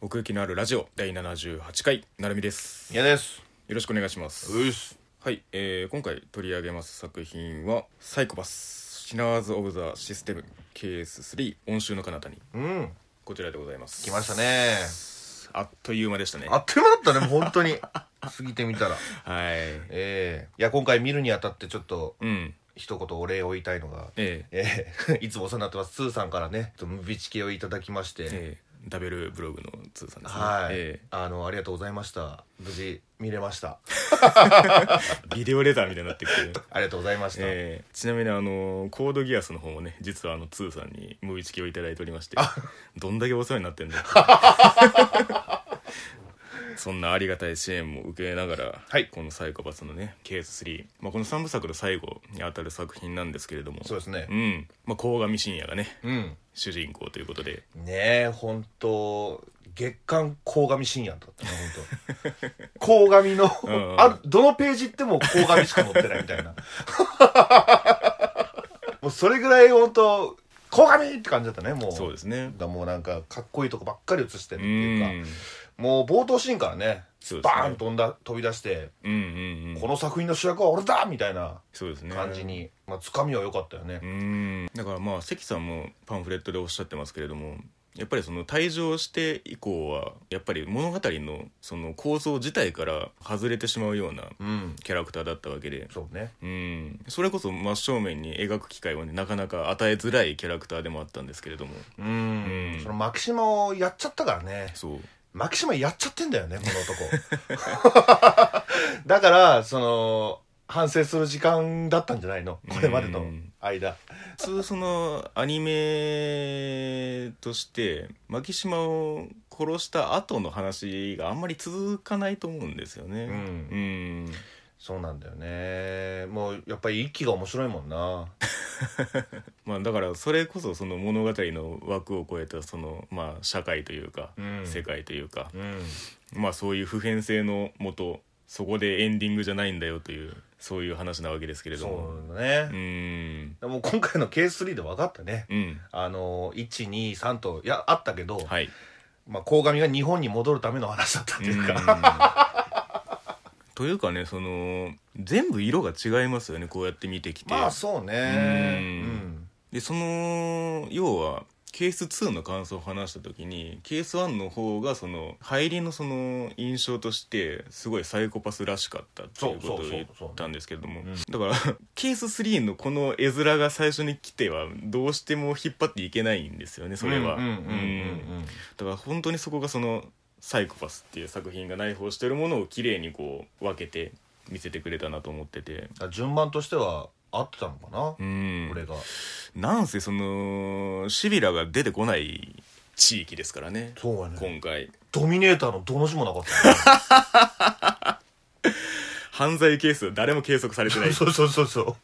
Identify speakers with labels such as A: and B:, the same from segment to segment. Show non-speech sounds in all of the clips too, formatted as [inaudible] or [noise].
A: 奥行きのあるラジオ第78回なるみですよ
B: 嫌です
A: ろしくお願いします
B: うっす
A: はい、えー今回取り上げます作品は「サイコパスシナーズ・オブ・ザ・システム KS3 音州の彼方に
B: うん」
A: こちらでございます
B: 来ましたね
A: あっという間でしたね
B: あっという間だったねもう本
A: [laughs]
B: 当に過ぎてみた
A: は
B: ら
A: い
B: ええいや今回見るにあたってちょっと
A: うん
B: 一言お礼を言いたいのが
A: ええ
B: ええいつもお世話になってますツーさんからねちょっとムビチケをいただきまして、
A: ええダブルブログの通さんですね
B: はい、
A: え
B: あのありがとうございました無事見れました
A: えビデオレターみたいになってきて
B: ありがとうございました、
A: えーちなみにあのコードギアスの方もね実はあの2さんにムーイチキをいただいておりましてどんだけお世話になってん
B: [laughs]
A: だってそんなありがたい支援も受けながら、
B: はい
A: この「サイコパス」のねケース3、まあ、この3部作の最後にあたる作品なんですけれども
B: そうですね
A: んまあ、鴻上信也がね
B: うん
A: 主人公ということで
B: ねえ本当月刊鴻上信也だったね本当鴻上の
A: [laughs] んうん
B: あどのページ行っても鴻上しか載ってないみたいな [laughs] もうそれぐらい本当鴻上って感じだったねもう
A: そうですね
B: だもうなんかかっこいいとこばっかり映してる
A: う
B: っていう
A: ん
B: かもう冒頭シーンからね
A: そうですね
B: バーン飛んだ飛び出して、
A: うんうんうん
B: この作品の主役は俺だみたいな
A: そうですね
B: 感じに、まあつかみは良かったよね、
A: うんだからまあ関さんもパンフレットでおっしゃってますけれどもやっぱりその退場して以降はやっぱり物語のその構造自体から外れてしまうような
B: うん、
A: キャラクターだったわけで。
B: そうね
A: うん、それこそ真正面に描く機会をねなかなか与えづらいキャラクターでもあったんですけれども
B: うん、
A: うん
B: そのマキシマをやっちゃったからね
A: そう
B: マキシマやっちゃってんだよねこの男 [laughs] だからその反省する時間だったんじゃないのこれまでの間
A: 普通そのアニメとして牧島を殺した後の話があんまり続かないと思うんですよ
B: う
A: ね。
B: ん
A: うん、
B: そうなんだよねもうやっぱり一期が面白いもんな
A: まあ、だからそれこそその物語の枠を超えたそのまあ社会というか
B: うん
A: 世界というか
B: うん
A: まあそういう普遍性のもとそこでエンディングじゃないんだよというそういう話なわけですけれども
B: そうだ
A: う
B: ね、
A: ーん
B: でも今回の K3 で分かったね
A: うん
B: あの123といやあったけど、
A: はい
B: まあ、鴻上が日本に戻るための話だったっていうか、
A: うん
B: [laughs]
A: というかねその全部色が違いますよねこうやって見てきて
B: まあそうね
A: うんでその要はケース2の感想を話した時にケース1の方がその入りのその印象としてすごいサイコパスらしかったっていうことを
B: そうそうそう
A: 言っ
B: そう
A: たんですけれども
B: うん
A: だからケース3のこの絵面が最初に来てはどうしても引っ張っていけないんですよねそれは。
B: うんうんうん
A: うんだから本当にそこがその「サイコパス」っていう作品が内包してるものを綺麗にこう分けて見せてくれたなと思ってて。
B: うん順番としては合ってたのかな、
A: うん
B: 俺が
A: なんせそのシビラが出てこない地域ですからね
B: そうや
A: 今回
B: ドミネーターのどの字もなかったよね
A: 犯罪ケース誰も計測されてない [laughs] ね
B: そうそうそうそう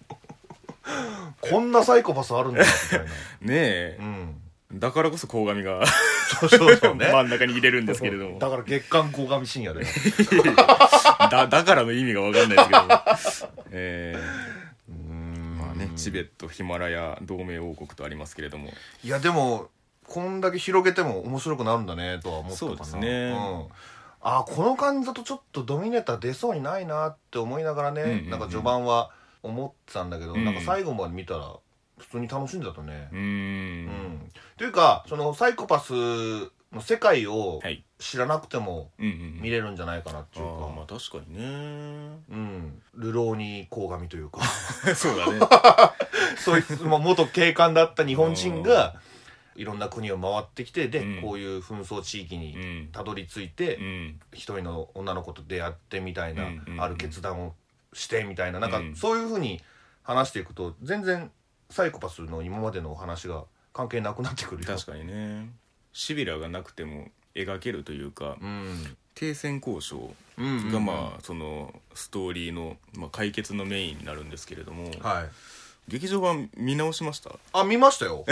B: こんなサイコパスあるんだみたいな
A: え
B: うん
A: だからこそ鴻上が
B: そうそうそう [laughs] ね
A: [laughs] 真ん中に入れるんですけれども
B: だから月刊鴻上信也で
A: だだからの意味が分かんないですけども [laughs] え
B: うーん
A: えまあねチベットヒマラヤ同盟王国とありますけれども
B: いやでもこんだけ広げても面白くなるんだねとは思ったか
A: そ
B: な
A: うですね
B: んあーこの感じだとちょっとドミネーター出そうにないなって思いながらね、
A: うんうんうん
B: なんか序盤は思ってたんだけど、
A: うん
B: なんか最後まで見たら普通に楽しんでたとね
A: うー
B: うん、
A: ん
B: というかそのサイコパスの世界を
A: はい
B: 知らなくても
A: うんうん
B: 見れるんじゃないかなって
A: あ
B: いうか、
A: ーまあ確かにね
B: うん流浪に鴻上というか [laughs]
A: [laughs] そうだね
B: そういうまあ元警官だった日本人がいろんな国を回ってきてで、
A: うん
B: こういう紛争地域
A: う
B: に
A: ん
B: たどり着いうて
A: ん
B: 一、人の女の子と出会ってみたいな、
A: うんうんうん
B: ある決断をしてみたいななんか
A: うん
B: そういうふうに話していくと全然サイコパスの今までのお話が関係なくなってくるよ
A: 確かにねシビラがなくても描けるというか
B: うん
A: 停戦交渉
B: うんうんうん
A: がまあそのストーリーのまあ解決のメインになるんですけれども
B: はい
A: 劇場版見直しました
B: あ見ましたよ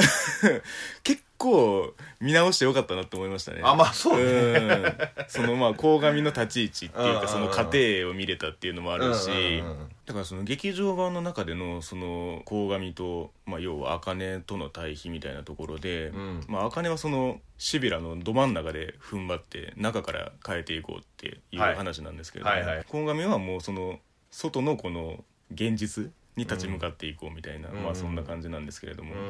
A: 結構見直してよかったなって思いましたね
B: あまあそうね
A: んそのまあ鴻上の立ち位置っていう
B: うんうんう
A: か
B: ん
A: その過程を見れたっていうのもあるし、
B: うんうんうん
A: だからその劇場版の中でのその鴻上と、まあ、要は茜との対比みたいなところで、
B: うん
A: まあ茜はそのシビラのど真ん中で踏ん張って中から変えていこうっていう
B: はい
A: 話なんですけれども、
B: はいはい
A: 鴻上はもうその外のこの現実に立ち向かっていこうみたいな、
B: うん
A: まあそんな感じなんですけれども、
B: うん
A: う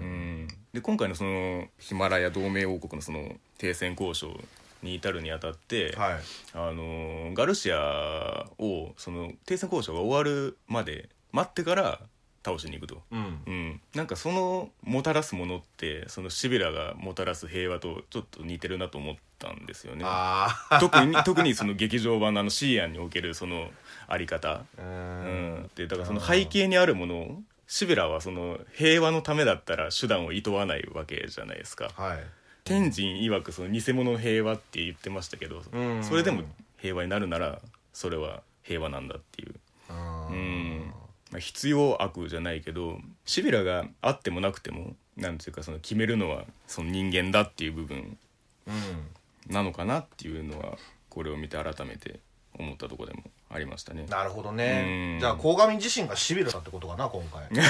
B: うん
A: んで今回のそのヒマラヤ同盟王国のその停戦交渉に至るにあたって、
B: はい
A: あのーガルシアをその停戦交渉が終わるまで待ってから倒しに行くと、
B: うん
A: うん、なんかそのもたらすものってそのシビラがもたらす平和とちょっと似てるなと思ったんですよね
B: あ
A: 特に特にその劇場版のあのシーアンにおけるそのあり方
B: あう
A: うんん、でだからその背景にあるものをシビラはその平和のためだったら手段を厭わないわけじゃないですか
B: はい
A: 天神曰くその偽物の平和って言ってましたけど、
B: うん
A: それでも平和になるならそれは平和なんだっていう、
B: う
A: うんんまあ、必要悪じゃないけどシビラがあってもなくてもなんていうかその決めるのはその人間だっていう部分
B: うん
A: なのかなっていうのはこれを見て改めて思ったところでもありましたね。
B: なるほどね
A: うん
B: じゃあ鴻上自身がシビルだってことかな今
A: [laughs]
B: 回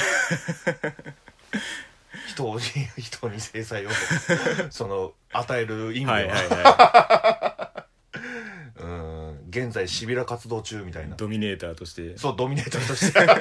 B: 人に人に制
A: [laughs]
B: 裁をその与える意味
A: はいはい
B: は
A: は
B: うん現在シビラ活動中みたい
A: い
B: な
A: ドミネーターとして
B: そうドミネーターとして
A: [laughs]
B: ね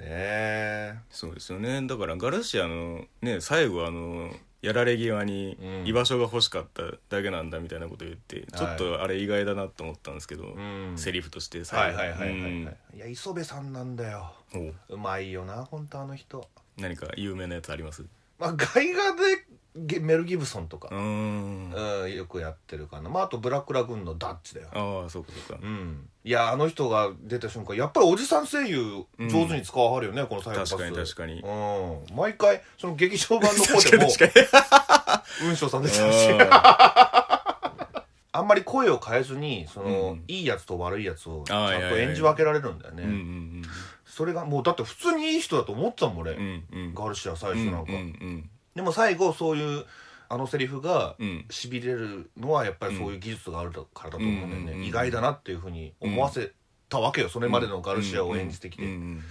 B: え
A: そうですよねだからガルシアのね最後あのやられ際に
B: うん
A: 居場所が欲しかっただけなんだみたいなこと言って、ちょっとあれ意外だなと思ったんですけど、
B: ん
A: セリフとして
B: はい
A: 最後
B: はいはいはいは
A: うん
B: いいや磯部さんなんだよ
A: おう
B: うまいよな本当あの人
A: 何か有名なやつあります
B: まあ外画でゲメル・ギブソンと
A: う
B: か、
A: ーんあ
B: うん、よくやってるかなまああとブラックラグーンのダッチだよ
A: あーそうかそうか
B: うんいやあの人が出た瞬間やっぱりおじさん声優上手に使わはるよね、この最後
A: 確かに確かに
B: うん毎回その劇場版の方で
A: [laughs]
B: も
A: 確かに
B: 雲翔さん出てたし
A: あ
B: [laughs] あんまり声を変えずにその、
A: うん
B: いいやつと悪いやつをち
A: あー
B: ゃ
A: い
B: ん
A: や
B: と
A: いやいや
B: 演じ分けられるんだよね、
A: ーうん
B: それがもうだって普通にいい人だと思ってたもん俺、
A: うんうんうんうん
B: ガルシア最初なんか、
A: うんうん
B: でも最後そういうあのセリフが
A: うんうん
B: しびれるのはやっぱりそういう技術があるからだと思うんだよね、
A: うんうんうん
B: 意外だなっていうふうに思わせたわけよそれまでのガルシアを演じてきて、う
A: うん
B: ん
A: うん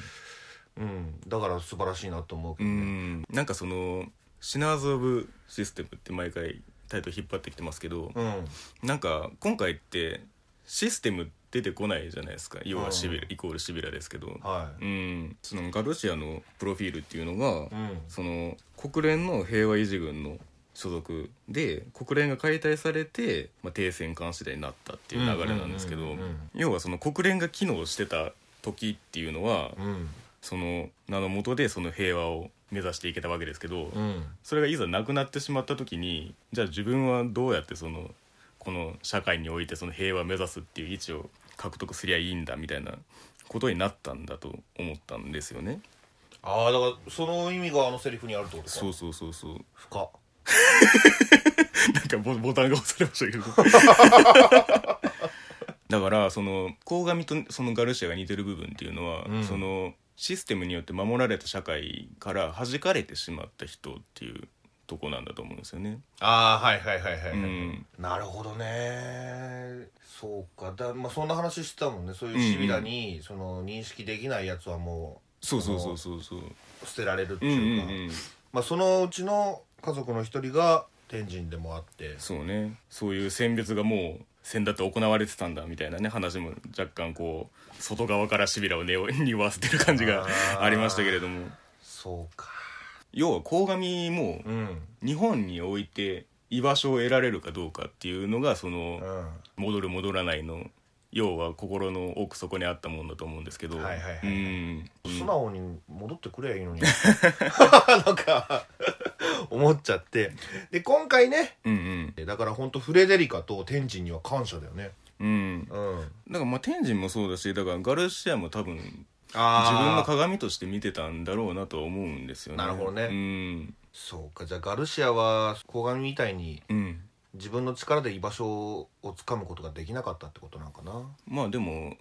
B: だから素晴らしいなと思うけ
A: う
B: どね、
A: んなんかその「シナーズ・オブ・システム」って毎回タイトル引っ張ってきてますけど、
B: うん
A: なんか今回ってシステム出てこないじゃないですか要はシビラ、
B: う
A: イコールシビラですけど、
B: は
A: うんそのガルシアのプロフィールっていうのが、
B: い、うん
A: その国連の平和維持軍の所属で国連が解体されて、まあ、停戦監視台になったっていう流れなんですけ
B: うんう
A: ど
B: んうんうん
A: 要はその国連が機能してた時っていうのは
B: うん
A: その名の下でその平和を目指していけたわけですけど、
B: うん
A: それがいざなくなってしまった時にじゃあ自分はどうやってそのこの社会においてその平和を目指すっていう位置を獲得すりゃいいんだみたいなことになったんだと思ったんですよね。
B: ああだからその意味があのセリフにあるってことか
A: そうそうそうそう。
B: 深っ
A: なんかボボタンが押されましたけ [laughs] ど。だからその鴻上とそのガルシアが似てる部分っていうのは、
B: うん
A: そのシステムによって守られた社会から弾かれてしまった人っていうとこなんだと思うんですよね。
B: ああはいはいはいはい、は
A: う
B: い
A: ん、
B: なるほどねそうかだ、まあ、そんな話してたもんねそういうシビラに、その認識できないやつはも
A: そうそうそうそうそう。
B: う捨てられるって
A: うんう
B: い
A: ん
B: う
A: うん。
B: か、まあ、そのうちの家族の一人が天神でもあって
A: そうねそういう選別がもう先だって行われてたんだみたいなね話も若干こう外側からシビラを根を [laughs] 匂わせてる感じが
B: あー
A: ありましたけれども
B: そうか
A: 要は鴻上も
B: うん
A: 日本において居場所を得られるかどうかっていうのがその
B: うんは
A: 戻る戻らないの要は心の奥底にあったもんだと思うんですけど、
B: いはいはい、
A: うん
B: 素直に戻ってくれゃいい
A: [laughs]
B: のに [laughs] なんか思っちゃってで今回ね
A: うんうん
B: だから本当フレデリカと天神には感謝だよね
A: うん
B: うん
A: だからまあ天神もそうだしだからガルシアも多分自分
B: あ
A: の鏡として見てたんだろうなとは思うんですよね。
B: なるほどね
A: うん
B: そうかじゃあガルシアは鴻上みたいに
A: うん、
B: 自分の力で居場所をつかむことができなかったってことなんかな
A: まあでも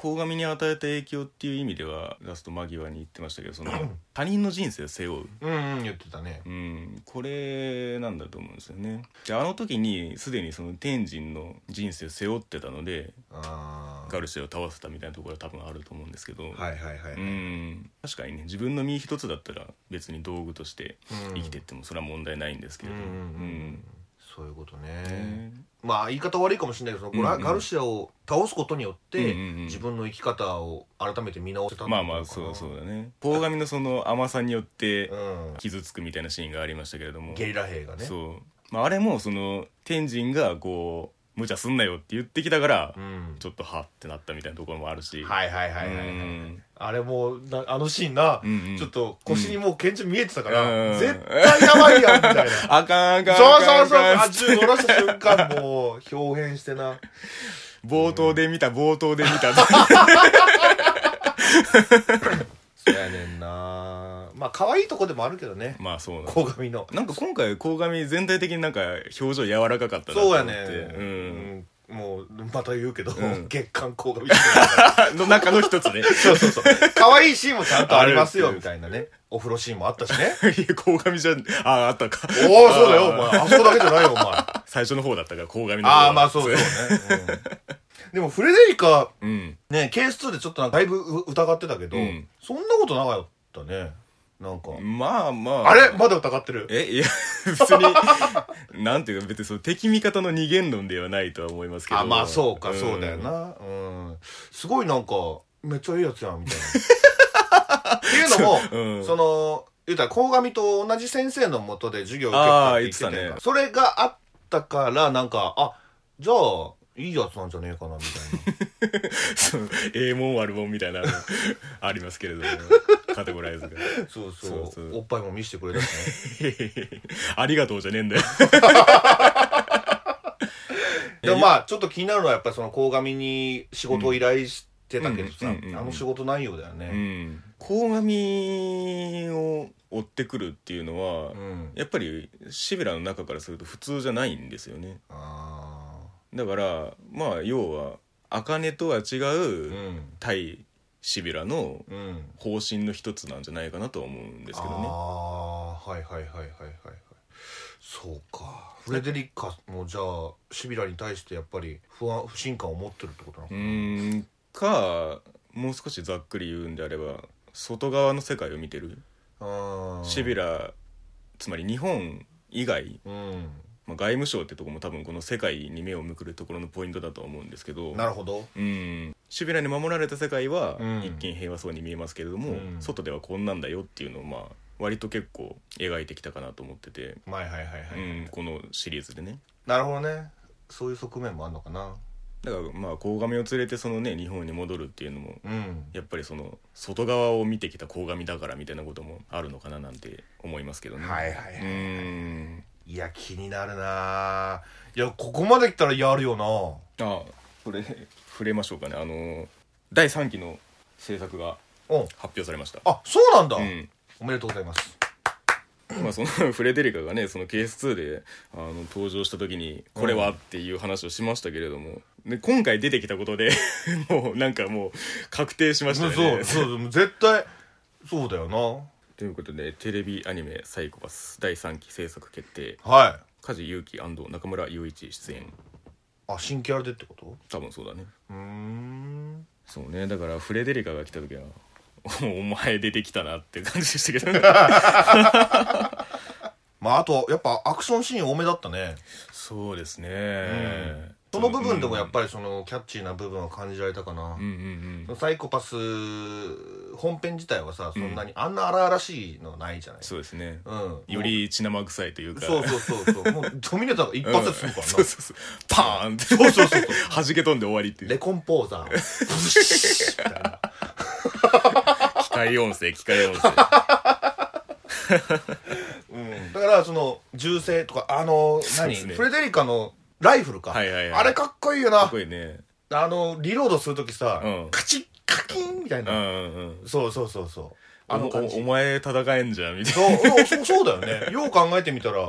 A: 鴻上に与えた影響っていう意味ではラスト間際に言ってましたけど
B: [laughs]
A: その他人の人生を背負う、
B: うんうん言ってたね
A: うん、これなんだと思うんですよねであの時にすでにその天神の人生を背負ってたので
B: あー
A: ガルシアを倒せたみたいなところは多分あると思うんですけど、
B: はいはいはい、
A: うん確かにね自分の身一つだったら別に道具として
B: うん
A: 生きてってもそれは問題ないんですけ
B: うん
A: れ
B: う
A: ど
B: ん
A: も、
B: うんそういうことね、
A: ね
B: まあ言い方悪いかもしれないけどその
A: うん
B: ガ
A: うん
B: ガルシアを倒すことによって、
A: うんうんうん
B: 自分の生き方を改めて見直せたって
A: ま
B: こ
A: あ
B: とな
A: ま
B: の
A: あ
B: かな
A: そうそうだね鴻上のその甘さによって
B: うん
A: 傷つくみたいなシーンがありましたけれども
B: ゲリラ兵がね
A: そう、まあ、あれもその天神がこう無茶すんなよって言ってきたから、
B: うん
A: ちょっとはってなったみたいなところもあるし
B: はいはいはいはいはい、
A: うん
B: あれもうなあのシーンな、
A: うんうん
B: ちょっと腰にもう拳銃見えてたから、
A: うん
B: 絶対やばいやんみたいな
A: あかんあかんあ
B: そう
A: かん
B: そ
A: あ
B: うそう
A: かん
B: あ銃下ろした瞬間もう表変してな
A: 冒頭で見た冒頭で見た
B: [laughs] そうやねんなまあ可愛いとこでもあるけどね
A: [laughs] まあそうなんだ
B: 鴻上の
A: なんか今回鴻上全体的になんか表情柔らかかったなと
B: そう
A: 思
B: や
A: って
B: ね
A: [laughs] うん、
B: うんもうまた言うけど、
A: ん
B: 月刊鴻上
A: の中の一つね [laughs] い
B: [laughs] そうそうそう可愛いシーンもちゃんとあります
A: あ
B: よ
A: る
B: みたいなねお風呂シーンもあったし [laughs] ね
A: や鴻上じゃんあああったか
B: おおそうだよお前あそこだけじゃないよお前
A: 最初の方だったから鴻上の方
B: ああまあそうそうね、うんでもフレデリカ
A: うん
B: ねケース2でちょっとなんかだいぶう疑ってたけど、
A: うん
B: そんなことなかったねなんか、
A: まあまあ
B: あれまだ疑ってる
A: えいや別に [laughs] なんていうか別にその敵味方の二元論ではないとは思いますけど
B: あまあそうか、
A: ん
B: そうだよなうんすごいなんかめっちゃいいやつやんみたい
A: [laughs]
B: なっていうのも
A: うん
B: その言うたら鴻上と同じ先生のもとで授業を受け
A: あー
B: たって言って
A: 言
B: た
A: って
B: ね
A: たね
B: それがあったからなんかあじゃあいいやつなんじゃねえかなみたい
A: そう [laughs] ええもん悪もんみたいなの [laughs] ありますけれどもカテゴライズが [laughs]
B: なそう
A: そ
B: そう
A: うそう
B: おっぱいも見せてくれたしね
A: [laughs] ありがとうじゃねえんだよ
B: でもまあちょっと気になるのはやっぱりその鴻上に仕事を依頼してたけどさ、
A: うんうんうんうんうん
B: あの仕事内容だよ
A: う
B: ね、
A: ん鴻上を追ってくるっていうのは、
B: うん
A: やっぱりシビラの中からすると普通じゃないんですよね
B: あ
A: だからまあ要は茜とは違
B: ーう
A: うん対シビラの
B: うん
A: 方針の一つなんじゃないかなとは思うんですけどね
B: ああはいはいはいはいはいはいそうかフレデリカもじゃあシビラに対してやっぱり不安不信感を持ってるってことなの
A: うーんかもう少しざっくり言うんであれば外側の世界を見てる
B: あー
A: シビラつまり日本以外、
B: うん
A: まあ、外務省ってとこも多分この世界に目を向くるところのポイントだとは思うんですけど
B: なるほど
A: うんシビラに守られた世界は
B: うん
A: 一見平和そうに見えますけれども、
B: うん
A: 外ではこんなんだよっていうのをまあ割と結構描いてきたかなと思ってて、
B: はいはいはいはい、
A: うん、このシリーズでね
B: なるほどねそういう側面もあるのかな
A: だからまあ鴻上を連れてそのね日本に戻るっていうのも
B: うん
A: やっぱりその外側を見てきた鴻上だからみたいなこともあるのかななんて思いますけどね
B: はいはいはいう
A: ーん
B: いや気になるないやここまで来たらやるよな
A: あこれ触れましょうかねあの第3期の制作が
B: うん
A: 発表されました
B: あそうなんだ、
A: うん
B: おめでとうございます
A: まあその [laughs] フレデリカがねそのケース2であの登場した時にこれはっていう話をしましたけれども、で今回出てきたことで [laughs] もうなんかもう確定しました
B: そう
A: よね。
B: そうもう絶対そうだよな
A: ということでテレビアニメ「サイコパス」第3期制作決定
B: はい
A: 梶裕貴中村雄一出演
B: あ新キャラでってこと
A: 多分そうだね
B: うーん
A: そうねだからフレデリカが来た時は「お前出てきたな」って感じでしたけ [laughs] どね
B: まああとやっぱアクションシーン多めだったね
A: そうですね、
B: その部分でもやっぱりそのキャッチーな部分は感じられたかな
A: う、んうんうん
B: サイコパス本編自体はさそんなにあんな荒々しいのないじゃない、
A: そうですね
B: うん
A: より血生臭いというか
B: そうそうそうそうもうドミネーターが一
A: うん
B: 発でつくからな、
A: そうそうそうパーンって
B: そうそうそ
A: 弾
B: う
A: け飛んで終わりってい
B: レ
A: う
B: コンポーザーをブシッみたいな
A: 機械音声機械音声
B: うんだからその銃声とかあの
A: そう
B: 何、
A: ですね
B: フレデリカのライフルか、
A: はいはいはい
B: あれかっこいいよ
A: か
B: な
A: っこいいね
B: あのリロードする時さ、
A: うん
B: カチッカキンみたい
A: うん
B: な、
A: うんうん
B: そうそうそうそうあ
A: あの
B: の感じ
A: おお前戦えんじゃんみたいな
B: そう [laughs] うんそうそうだよねよう考えてみたら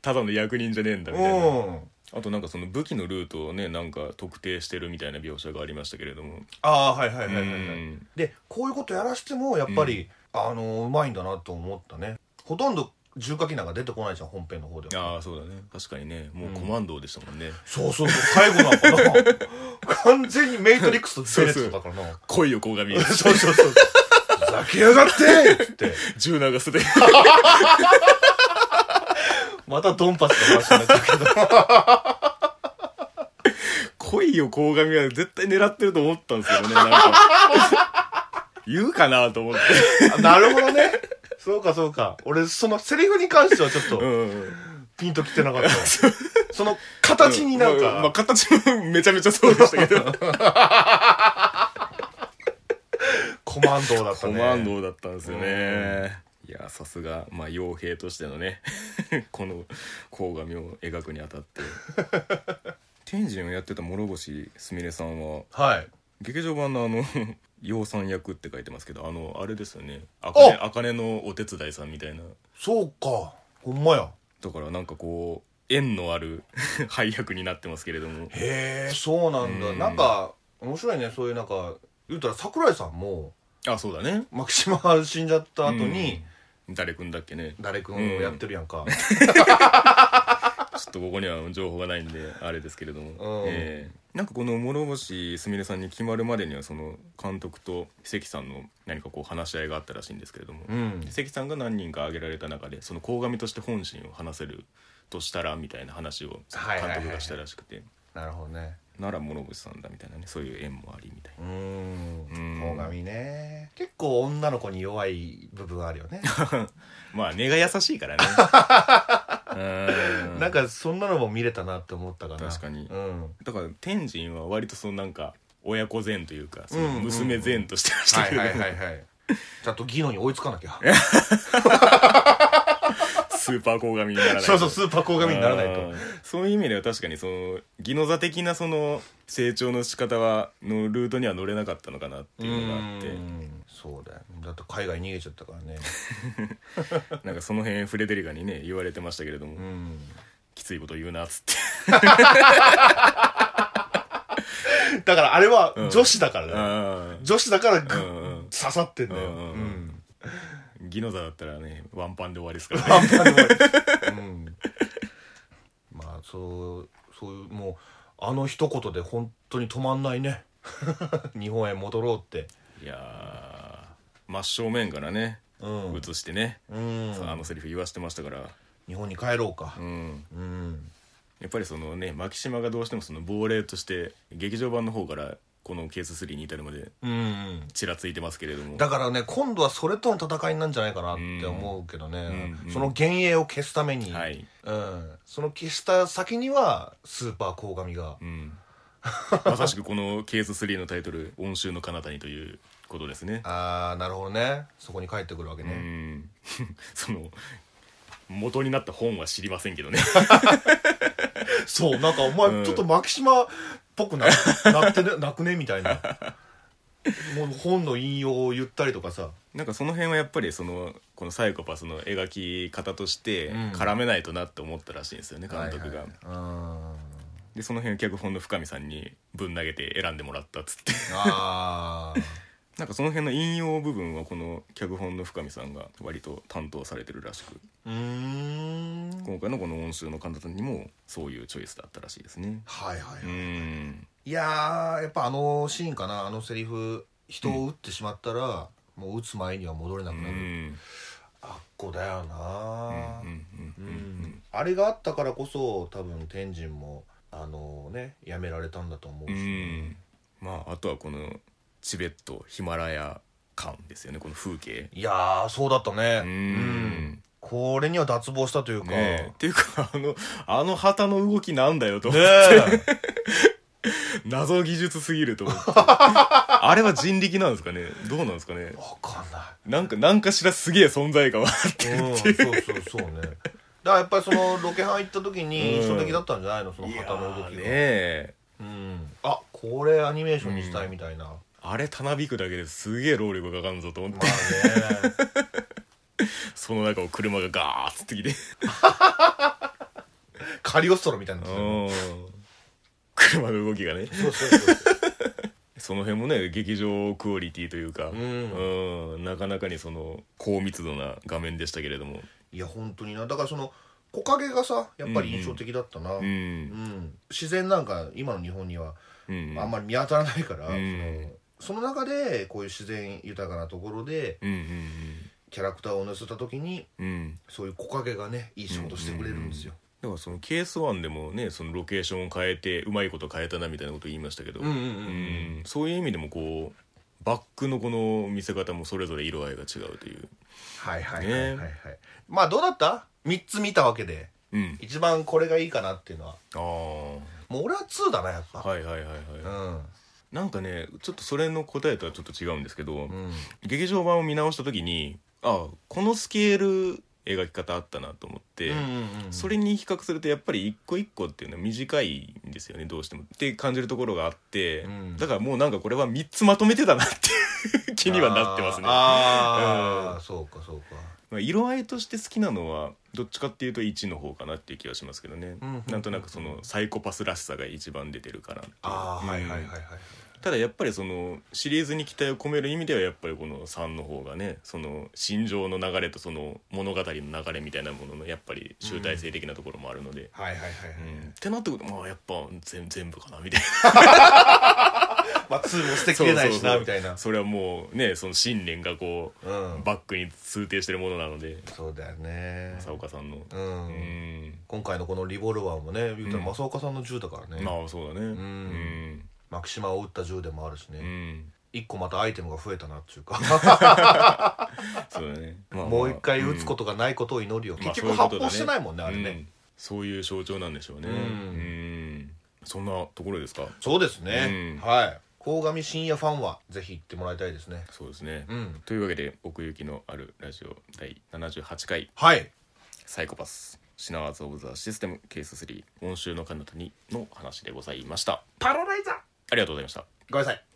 A: ただの役人じゃねえんだみたいな
B: うん
A: あとなんかその武器のルートをねなんか特定してるみたいな描写がありましたけれども
B: ああはいはい
A: う
B: はいはい、はい
A: ん
B: でこういうことやらしてもやっぱり、あのうまいんだなと思ったねほとんど重火器なんか出てこないじゃん本編の方では
A: ああそうだね確かにねもうコマンドでしたもんね、
B: そうそうそう最後なんかな [laughs] 完全にメイトリックスと出れてたからな
A: 恋よ鴻上
B: [laughs] そうそうそうふざけやがってつって
A: 銃流すで
B: またドンパスの話になったけど
A: 恋よ鴻上は絶対狙ってると思ったんですけどねなんか言うかなと思って
B: [laughs] あなるほどねそうかそうか俺そのセリフに関してはちょっ
A: う
B: と
A: ん
B: ピンときてな
A: [laughs]
B: かったわ、その形になん
A: まあまあ
B: か
A: 形もめちゃめちゃそうでしたけど
B: コマンドだった
A: コ
B: ね
A: マンドだったんですよねいやさすがまあ傭兵としてのね [laughs] この鴻上を描くにあたって天神をやってた諸星すみれさんは
B: はい
A: 劇場版のあの [laughs] 養蚕役って書いてますけどあのあれですよねあかねあかねのお手伝いさんみたいな
B: そうかほんまや
A: だからなんかこう縁のある [laughs] 配役になってますけれども
B: へえそうなんだ
A: うん
B: なんか面白いねそういうなんか言うたら桜井さんも
A: あそうだね
B: 牧島が死んじゃった後に、
A: うん誰くんだっけね
B: 誰くんをやってるやんか、
A: ちょっとここには情報がないんであれですけれども、
B: うん
A: ええなんかこの諸星すみれさんに決まるまでにはその監督と関さんの何かこう話し合いがあったらしいんですけれども、
B: うん
A: 関さんが何人か挙げられた中でその鴻上として本心を話せるとしたらみたいな話を
B: はいはいはい
A: 監督がしたらしくて、
B: なるほどね
A: なら諸星さんだみたいなねそういう縁もありみたいう
B: [laughs] ーん
A: うん
B: 鴻上ね結構女の子に弱い部分あるよね、
A: なまあ根が優しいからねう
B: [laughs] なんかそんなのも見れたなって思ったかな
A: 確かに [laughs]
B: うん
A: だから天神は割とそのなんか親子善というかそ
B: うんうん
A: の
B: うん
A: 娘善としてました
B: は
A: け
B: い
A: れど
B: は
A: も
B: いはいはいちゃんと技能に追いつかなきゃ
A: [laughs] スーパー鴻上にならないと
B: そうそうスーパー鴻上にならない
A: あ
B: と
A: ーそういう意味では確かにその技能座的なその成長の仕方はのルートには乗れなかったのかなっていうのがあって
B: うんそうだよだって海外逃げちゃったからね
A: なんかその辺フレデリカにね言われてましたけれども、
B: うん
A: きついこと言うなっつって
B: だからあれは
A: うん
B: 女子だからだよ、
A: あ
B: 女子だからぐ、
A: うんうん
B: 刺さってんだよ、
A: うんうんうー技能座だったらねワンパンで終わりですからね
B: パンパンで終わるうん [laughs] まあそうそういうもうあの一言で本当に止まんないね [laughs] 日本へ戻ろうって
A: いやー真正面からね
B: うん、
A: 映してね、
B: うん、
A: あのセリフ言わしてましたから、
B: 日本に帰ろうか
A: うん、
B: うん、
A: やっぱりそのね牧島がどうしてもその亡霊として劇場版の方からこのケース3に至るまで
B: うん
A: ちらついてますけれども
B: だからね今度はそれとの戦いなんじゃないかなって思うけどね、
A: うん
B: その幻影を消すために、
A: はい、
B: うん、その消した先にはスーパー鴻上が [laughs]
A: うん、まさしくこのケース3のタイトル「温州の彼方に」ということですね
B: ああなるほどねそこに帰ってくるわけ
A: う
B: ね、
A: ん [laughs] その元になった本は知りませんけ
B: [laughs]
A: どね
B: そうなんかお
A: うん
B: 前ちょっと牧島っぽくな,、 [laughs] なってねなくねみたいなもう本の引用を言ったりとかさ
A: なんかその辺はやっぱりそのこのサイコパスの描き方として
B: うん
A: 絡めないとなって思ったらしいんですよね監督が、
B: はいはい
A: でその辺を脚本の深見さんにぶん投げて選んでもらったっつって
B: うんあー
A: なんかその辺の引用部分はこの脚本の深見さんが割と担当されてるらしく
B: うーん
A: 今回のこの「温州の彼方にもそういうチョイスだったらしいですね
B: はいはい、
A: うん
B: いやーやっぱあのシーンかなあのセリフ人を撃ってしまったら、もう撃つ前には戻れなく
A: う
B: なる、
A: ん
B: あっこだよ
A: う
B: な、
A: んうんうん
B: あれがあったからこそ多分天神もあのねやめられたんだと思
A: う
B: うし、
A: んまああとはこのチベットヒマラヤ間ですよねこの風景
B: いやーそうだったね
A: う
B: うん
A: ん
B: これには脱帽したというか、
A: ねえっていうかあのあの旗の動きなんだよと [laughs]
B: ねえ
A: 謎技術すぎると思ってあれは人力なんですかねどうなんですかね
B: わかんな
A: なんかなんかしらすげえ存在感は
B: い、うん、そうそうそうねだからやっぱりそのロケハン行った時
A: う
B: に
A: ん
B: 印象的だったんじゃないのその旗の動
A: いやー
B: き
A: ね
B: が、
A: え
B: うん、あこれアニメーションにしたいみたいな、ま
A: あれたなびくだけですげえ労力がかかるぞと思って、
B: あ
A: [laughs]
B: ね
A: その中を車がガーッつってきて
B: カリオストロみたいなの
A: おー車の動きがね
B: そうそうそうそう
A: その辺もね劇場クオリティというか、
B: ん
A: うんなかなかにその高密度な画面でしたけれども、
B: いや本当になだからその木陰がさやっぱり印象的だったな、
A: う
B: うんん自然なんか今の日本には
A: うん、
B: あんまり見当たらないから、
A: うん
B: そのその中でこういう自然豊かなところで
A: うん
B: キャラクターを乗せた時に
A: うんうんうん
B: そういう木陰がねいい仕事してくれるんですよ。
A: だからそのケース1でもねそのロケーションを変えてうまいこと変えたなみたいなこと言いましたけど、
B: うんうん
A: う、んそういう意味でもこうバックのこの見せ方もそれぞれ色合いが違うという、
B: はいはいはいはい、
A: ね
B: はいまあどうだった3つ見たわけで
A: うん、
B: 一番これがいいかなっていうのは
A: ああ
B: もう俺は2だなやっぱ、
A: はいはいはいはい、
B: うん
A: なんかねちょっとそれの答えとはちょっと違うんですけど、
B: うん
A: 劇場版を見直した時にあこのスケール描き方あったなと思って、
B: うんうん、
A: それに比較するとやっぱり一個一個っていうのは短いんですよねどうしてもって感じるところがあって、
B: うん
A: だからもうなんかこれは3つまとめてたなっていう [laughs] 気にはなってますね
B: あーあー、そうかそうか
A: まあ、色合いとして好きなのはどっちかっていうと1の方かなっていう気はしますけどね、
B: うん
A: なんとなくそのサイコパスらしさが一番出てるかなっていう
B: ああ、はいはいはい
A: うん
B: はい
A: ただやっぱりそのシリーズに期待を込める意味ではやっぱりこの3の方がねその心情の流れとその物語の流れみたいなもののやっぱり集大成的なところもあるので、
B: はいはいはいはい、
A: うんってなってくるとまあやっぱ全全部かなみたい
B: まあ2も捨て
A: な
B: きれない
A: そうそう
B: し
A: そ
B: な
A: う
B: みたいな
A: [laughs] それはもうねその信念がこう、
B: うん
A: バックに通底してるものなので
B: そうだよね
A: 佐岡さんの
B: う
A: うんん
B: 今回のこのリボルバーもね言ったら
A: うん
B: 正岡さんの銃だからね、
A: まあそうだねうん
B: マキシマを撃った銃でもあるし
A: ん、う
B: ね、
A: ん、
B: 一個またアイテムが増えたなっていうか
A: そうだね、まあまあ
B: もう一回撃つことがないことを祈るよ、
A: まあ
B: 結局
A: そういうこと
B: 発
A: だね
B: 砲してないもんねあれね、
A: うんそういう象徴なんでしょうね
B: うん
A: うんそんなところですか
B: そうですね、
A: うん
B: はい鴻上深夜ファンはぜひ行ってもらいたいですね
A: そうですね、
B: うん
A: というわけで奥行きのあるラジオ第78回
B: はい
A: サイコパスシナワーズ・オブ・ザ・システムケース3今週の彼方にの話でございました
B: パラライザー
A: ありがとうございました
B: ごめんなさい